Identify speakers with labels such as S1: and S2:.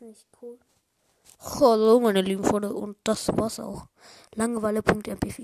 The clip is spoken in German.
S1: nicht cool. Hallo meine lieben Freunde und das war's auch. Langeweile.mp4